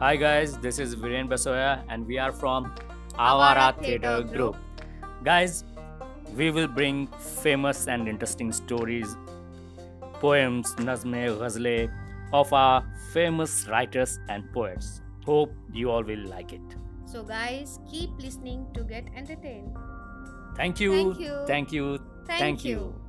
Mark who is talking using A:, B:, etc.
A: Hi guys, this is Viren Basoya and we are from Avara Theatre Group. Guys, we will bring famous and interesting stories, poems, nazme, ghazle of our famous writers and poets. Hope you all will like it.
B: So, guys, keep listening to get entertained.
A: Thank you.
B: Thank you.
A: Thank you.
B: Thank,
A: Thank
B: you.
A: you.